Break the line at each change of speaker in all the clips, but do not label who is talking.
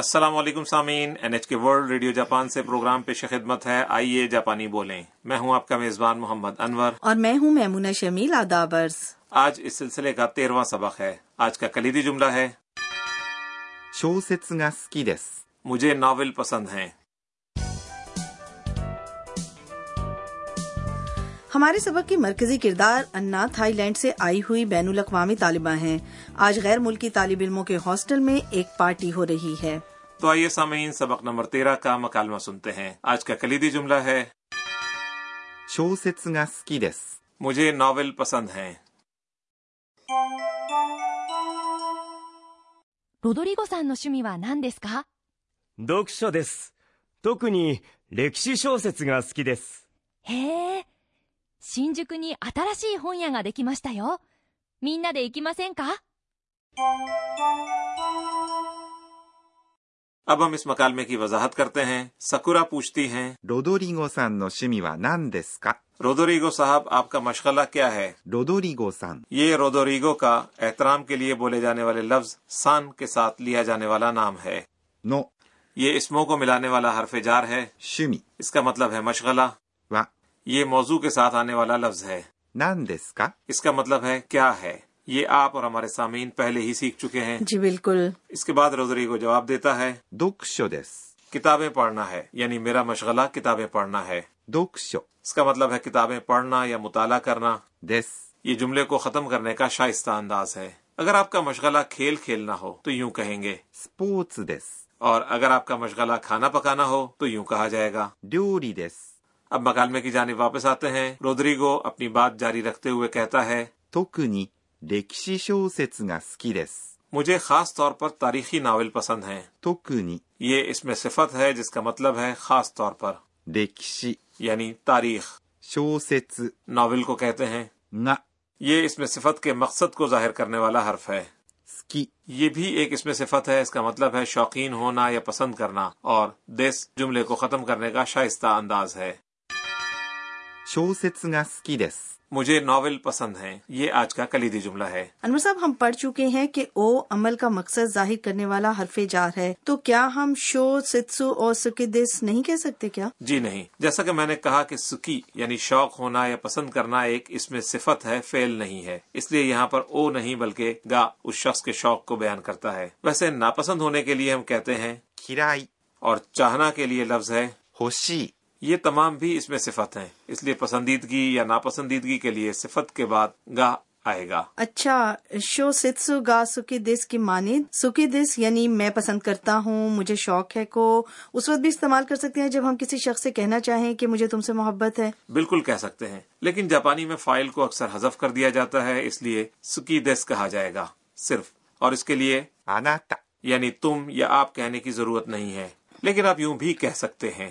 السلام علیکم سامعین N H K world radio Japan سے پروگرام پیش خدمت ہے آئیے جاپانی بولیں میں ہوں آپ کا میزبان محمد انور
اور میں ہوں میمونہ شمیل آدابرس
آج اس سلسلے کا تیرواں سبق ہے آج کا کلیدی جملہ ہے
小説が好きです
مجھے ناول پسند ہیں
ہمارے سبق کی مرکزی کردار انا تھائی لینڈ سے آئی ہوئی بین الاقوامی طالبہ ہیں آج غیر ملکی طالب علموں کے ہاسٹل میں ایک پارٹی ہو رہی ہے
تو آئیے سامعین سبق نمبر تیرہ کا مکالمہ سنتے ہیں آج کا کلیدی جملہ ہے
小説が好きです
مجھے ناول پسند ہیں
ロドリゴさんの趣味は何ですか
読書です。特に歴史小説が好きです。
へえ。新宿に新しい本屋ができましたよ。みんなで行きませんか
اب ہم اس مکالمے کی وضاحت کرتے ہیں سکورا پوچھتی ہیں
ロドリゴさんの趣味は何ですか
رودوریگو صاحب آپ کا مشغلہ کیا ہے
ロドリゴさん
یہ رودوریگو کا احترام کے لیے بولے جانے والے لفظ سان کے ساتھ لیا جانے والا نام ہے
の
یہ اسموں کو ملانے والا حرف جار ہے
趣味
اس کا مطلب ہے مشغلہ
は
یہ موضوع کے ساتھ آنے والا لفظ ہے
何ですか
اس کا مطلب ہے کیا ہے یہ آپ اور ہمارے سامعین پہلے ہی سیکھ چکے ہیں
جی بالکل
اس کے بعد رودریگو جواب دیتا ہے
読書です。
کتابیں پڑھنا ہے یعنی میرا مشغلہ کتابیں پڑھنا ہے
読書
اس کا مطلب ہے کتابیں پڑھنا یا مطالعہ کرنا
です。
یہ جملے کو ختم کرنے کا شائستہ انداز ہے اگر آپ کا مشغلہ کھیل کھیلنا ہو تو یوں کہیں گے
スポーツです。
اور اگر آپ کا مشغلہ کھانا پکانا ہو تو یوں کہا جائے گا
料理です。
اب مکالمے کی جانب واپس آتے ہیں رودریگو اپنی بات جاری رکھتے ہوئے کہتا ہے
特に歴史小説が好きです。
مجھے خاص طور پر تاریخی ناول پسند ہیں
特に
یہ اس میں صفت ہے جس کا مطلب ہے خاص طور پر
歴史
یعنی تاریخ
小説
ناول کو کہتے ہیں
が
یہ اس میں صفت کے مقصد کو ظاہر کرنے والا حرف ہے
好き
یہ بھی ایک اس میں صفت ہے اس کا مطلب ہے شوقین ہونا یا پسند کرنا اور دس جملے کو ختم کرنے کا شائستہ انداز ہے
小説が好きです。
مجھے ناول پسند ہیں یہ آج کا کلیدی جملہ ہے
انور صاحب ہم پڑھ چکے ہیں کہ او عمل کا مقصد ظاہر کرنے والا حرف جار ہے تو کیا ہم شو ستسو اور سکیدس نہیں کہہ سکتے کیا
جی نہیں جیسا کہ میں نے کہا کہ سکی یعنی شوق ہونا یا پسند کرنا ایک اس میں صفت ہے فعل نہیں ہے اس لیے یہاں پر او نہیں بلکہ گا اس شخص کے شوق کو بیان کرتا ہے ویسے ناپسند ہونے کے لیے ہم کہتے ہیں
嫌い、
اور چاہنا کے لیے لفظ ہے
欲しい、
یہ تمام بھی اس میں صفت ہیں اس لیے پسندیدگی یا ناپسندیدگی کے لیے صفت کے بعد گا آئے گا
اچھا شو ستسو گا سکیدس کی مانند سکیدس یعنی میں پسند کرتا ہوں مجھے شوق ہے کو اس وقت بھی استعمال کر سکتے ہیں جب ہم کسی شخص سے کہنا چاہیں کہ مجھے تم سے محبت ہے
بالکل کہہ سکتے ہیں لیکن جاپانی میں فائل کو اکثر حذف کر دیا جاتا ہے اس لیے سکی دیس کہا جائے گا صرف اور اس کے لیے
あなた、
یعنی تم یا آپ کہنے کی ضرورت نہیں ہے لیکن آپ یوں بھی کہہ سکتے ہیں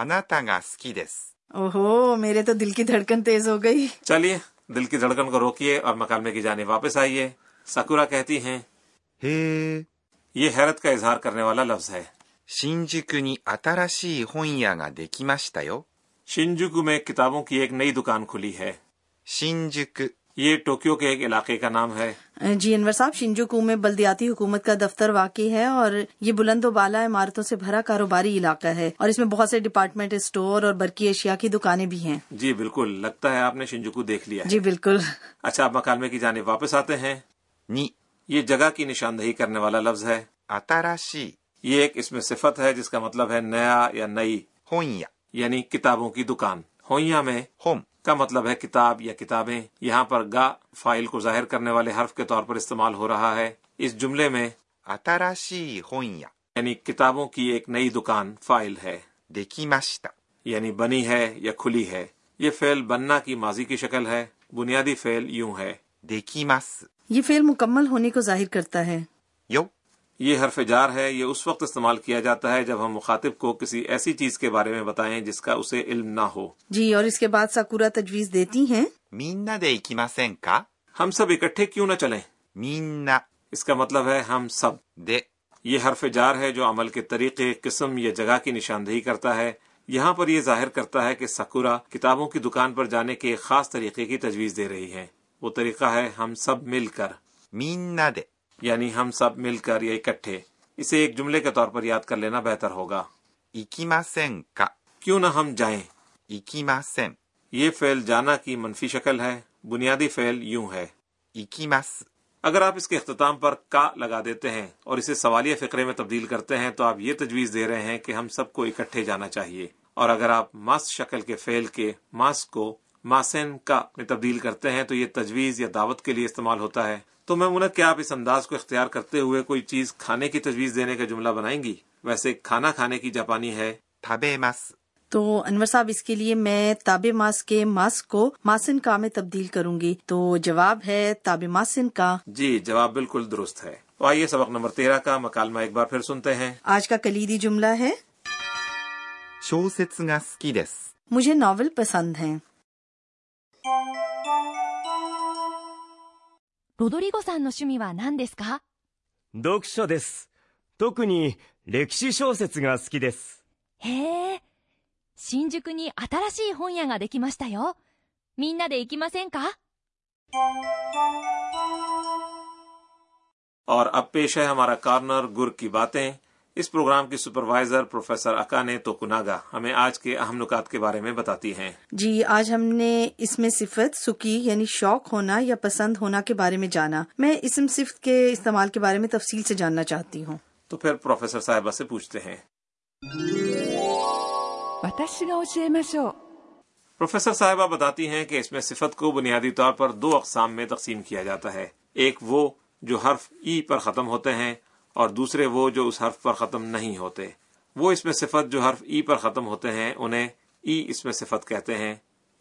あなたが好きです。
او ہو میرے تو دل کی دھڑکن تیز ہو گئی
چلیے دل کی دھڑکن کو روکیے اور مکالمے کی جانب واپس آئیے ساکورا کہتی ہیں
へえ、
یہ حیرت کا اظہار کرنے والا لفظ ہے
新宿に新しい本屋ができましたよ。
شنجوکو میں کتابوں کی ایک نئی دکان کھلی ہے
新宿、
یہ ٹوکیو کے ایک علاقے کا نام ہے
جی انور صاحب شنجوکو میں بلدیاتی حکومت کا دفتر واقع ہے اور یہ بلند و بالا عمارتوں سے بھرا کاروباری علاقہ ہے اور اس میں بہت سے ڈپارٹمنٹ اسٹور اور برقی اشیاء کی دکانیں بھی ہیں
جی بالکل لگتا ہے آپ نے شنجوکو دیکھ لیا ہے
جی بالکل
اچھا آپ مکالمے کی جانب واپس آتے ہیں
に、
یہ جگہ کی نشاندہی کرنے والا لفظ ہے
新しい
یہ ایک اس میں صفت ہے جس کا مطلب ہے نیا یا نئی
本屋、
یعنی کتابوں کی دکان ہوئیاں میں
本、
کا مطلب ہے کتاب یا کتابیں یہاں پر گا فائل کو ظاہر کرنے والے حرف کے طور پر استعمال ہو رہا ہے اس جملے میں
新しい本屋、
یعنی کتابوں کی ایک نئی دکان فائل ہے
できました。
یعنی بنی ہے یا کھلی ہے یہ فعل بننا کی ماضی کی شکل ہے بنیادی فعل یوں ہے
できます。
یہ فعل مکمل ہونے کو ظاہر کرتا ہے
よ、
یہ حرف جار ہے یہ اس وقت استعمال کیا جاتا ہے جب ہم مخاطب کو کسی ایسی چیز کے بارے میں بتائیں جس کا اسے علم نہ ہو
جی اور اس کے بعد ساکورا تجویز دیتی ہیں
みんなで行きませんか
ہم سب اکٹھے کیوں نہ چلیں
みんな
اس کا مطلب ہے ہم سب
で
یہ حرف جار ہے جو عمل کے طریقے قسم یا جگہ کی نشاندہی کرتا ہے یہاں پر یہ ظاہر کرتا ہے کہ سکورا کتابوں کی دکان پر جانے کے ایک خاص طریقے کی تجویز دے رہی ہے وہ طریقہ ہے ہم سب مل کر
みんなで
یعنی ہم سب مل کر یا اکٹھے اسے ایک جملے کے طور پر یاد کر لینا بہتر ہوگا
行きませんか
کیوں نہ ہم جائیں
行きません
یہ فعل جانا کی منفی شکل ہے بنیادی فعل یوں ہے
行きます。
اگر آپ اس کے اختتام پر کا لگا دیتے ہیں اور اسے سوالیہ فقرے میں تبدیل کرتے ہیں تو آپ یہ تجویز دے رہے ہیں کہ ہم سب کو اکٹھے جانا چاہیے اور اگر آپ ماس شکل کے فعل کے ماس کو ماسن کا میں تبدیل کرتے ہیں تو یہ تجویز یا دعوت کے لیے استعمال ہوتا ہے تو ممونہ کہ آپ اس انداز کو اختیار کرتے ہوئے کوئی چیز کھانے کی تجویز دینے کا جملہ بنائیں گی ویسے کھانا کھانے کی جاپانی ہے
食べます。
تو انور صاحب اس کے لیے میں تاب ماس کے ماس کو ماسن کا میں تبدیل کروں گی تو جواب ہے تاب ماسن کا
جی جواب بالکل درست ہے تو آئیے سبق نمبر تیرہ کا مکالمہ ایک بار پھر سنتے ہیں
آج کا کلیدی جملہ ہے
小説が好きです。
مجھے ناول پسند ہیں
ロドリゴさんの趣味は何ですか
読書です。特に歴史小説が好きです。
へえ。新宿に新しい本屋ができましたよ。みんなで行きませんか
اور اب پیش ہے ہمارا کارنر گر کی باتیں اس پروگرام کی سپروائزر پروفیسر اکانے توکناگا ہمیں آج کے اہم نکات کے بارے میں بتاتی ہیں
جی آج ہم نے اس میں صفت سکی یعنی شوق ہونا یا پسند ہونا کے بارے میں جانا میں اسم صفت کے استعمال کے بارے میں تفصیل سے جاننا چاہتی ہوں
تو پھر پروفیسر صاحبہ سے پوچھتے ہیں
私が教えましょう
پروفیسر صاحبہ بتاتی ہیں کہ اس میں صفت کو بنیادی طور پر دو اقسام میں تقسیم کیا جاتا ہے ایک وہ جو حرف ای پر ختم ہوتے ہیں اور دوسرے وہ جو اس حرف پر ختم نہیں ہوتے وہ اس میں صفت جو حرف ای پر ختم ہوتے ہیں انہیں ای اس میں صفت کہتے ہیں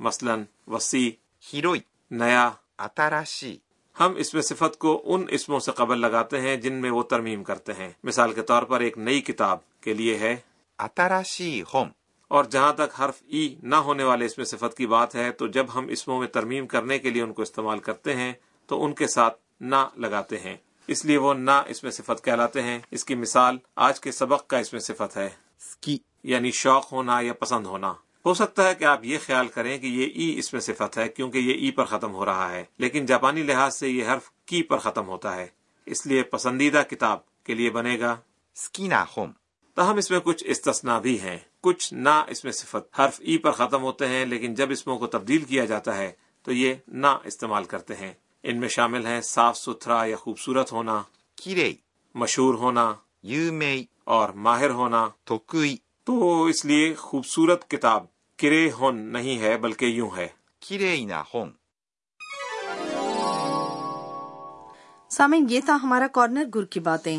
مثلا وسیع
広い、
نیا
新しい、
ہم اس میں صفت کو ان اسموں سے قبل لگاتے ہیں جن میں وہ ترمیم کرتے ہیں مثال کے طور پر ایک نئی کتاب کے لیے ہے
新しい本、
اور جہاں تک حرف ای نہ ہونے والے اس میں صفت کی بات ہے تو جب ہم اسموں میں ترمیم کرنے کے لیے ان کو استعمال کرتے ہیں تو ان کے ساتھ نہ لگاتے ہیں اس لیے وہ نہ اس میں صفت کہلاتے ہیں اس کی مثال آج کے سبق کا اس میں صفت ہے
好き、
یعنی شوق ہونا یا پسند ہونا ہو سکتا ہے کہ آپ یہ خیال کریں کہ یہ ای اس میں صفت ہے کیونکہ یہ ای پر ختم ہو رہا ہے لیکن جاپانی لحاظ سے یہ حرف کی پر ختم ہوتا ہے اس لیے پسندیدہ کتاب کے لیے بنے گا
好きな本、
تاہم اس میں کچھ استثنا بھی ہیں کچھ نہ اس میں صفت حرف ای پر ختم ہوتے ہیں لیکن جب اسموں کو تبدیل کیا جاتا ہے تو یہ نہ استعمال کرتے ہیں ان میں شامل ہیں صاف ستھرا یا خوبصورت ہونا
きれい、
مشہور ہونا
有名、
اور ماہر ہونا
得意、
تو اس لیے خوبصورت کتاب کرے ہون نہیں ہے بلکہ یوں ہے
きれいな本。
سامن یہ تھا ہمارا کارنر گر کی باتیں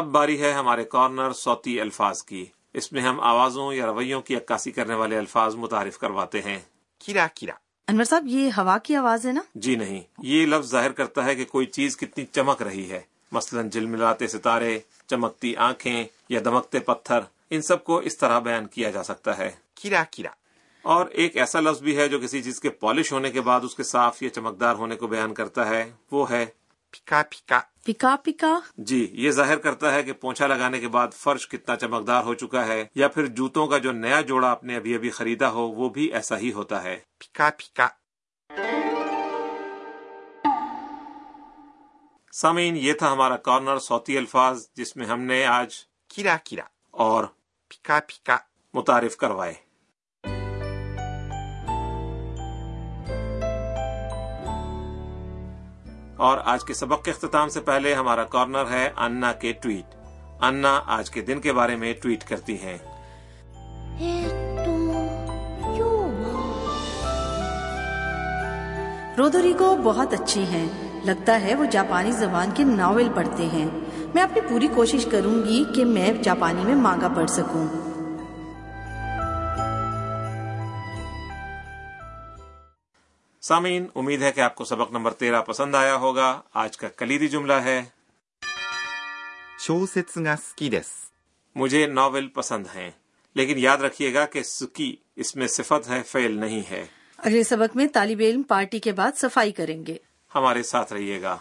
اب باری ہے ہمارے کارنر صوتی الفاظ کی اس میں ہم آوازوں یا رویوں کی عکاسی کرنے والے الفاظ متعارف کرواتے ہیں
キラキラ、
انور صاحب یہ ہوا کی آواز ہے نا
جی نہیں یہ لفظ ظاہر کرتا ہے کہ کوئی چیز کتنی چمک رہی ہے مثلا جلملاتے ستارے چمکتی آنکھیں یا دمکتے پتھر ان سب کو اس طرح بیان کیا جا سکتا ہے
キラキラ、
اور ایک ایسا لفظ بھی ہے جو کسی چیز کے پالش ہونے کے بعد اس کے صاف یا چمکدار ہونے کو بیان کرتا ہے وہ ہے
ピカピカ、
پکا پکا
جی یہ ظاہر کرتا ہے کہ پونچھا لگانے کے بعد فرش کتنا چمکدار ہو چکا ہے یا پھر جوتوں کا جو نیا جوڑا آپ نے ابھی ابھی خریدا ہو وہ بھی ایسا ہی ہوتا ہے
ピカピカ、
سامعین یہ تھا ہمارا کارنر صوتی الفاظ جس میں ہم نے آج
キラキラ、
اور
ピカピカ。
متعارف کروائے اور آج کے سبق کے اختتام سے پہلے ہمارا کارنر ہے انا کے ٹویٹ انا آج کے دن کے بارے میں ٹویٹ کرتی ہیں
えーっと、今日は
رودوریگو بہت اچھے ہیں لگتا ہے وہ جاپانی زبان کے ناول پڑھتے ہیں میں اپنی پوری کوشش کروں گی کہ میں جاپانی میں مانگا پڑھ سکوں
سامعین امید ہے کہ آپ کو سبق نمبر تیرہ پسند آیا ہوگا آج کا کلیدی جملہ ہے
小説が好きです。
مجھے ناول پسند ہیں لیکن یاد رکھیے گا کہ سکی اس میں صفت ہے فعل نہیں ہے
اگلے سبق میں طالب علم پارٹی کے بعد صفائی کریں گے
ہمارے ساتھ رہیے گا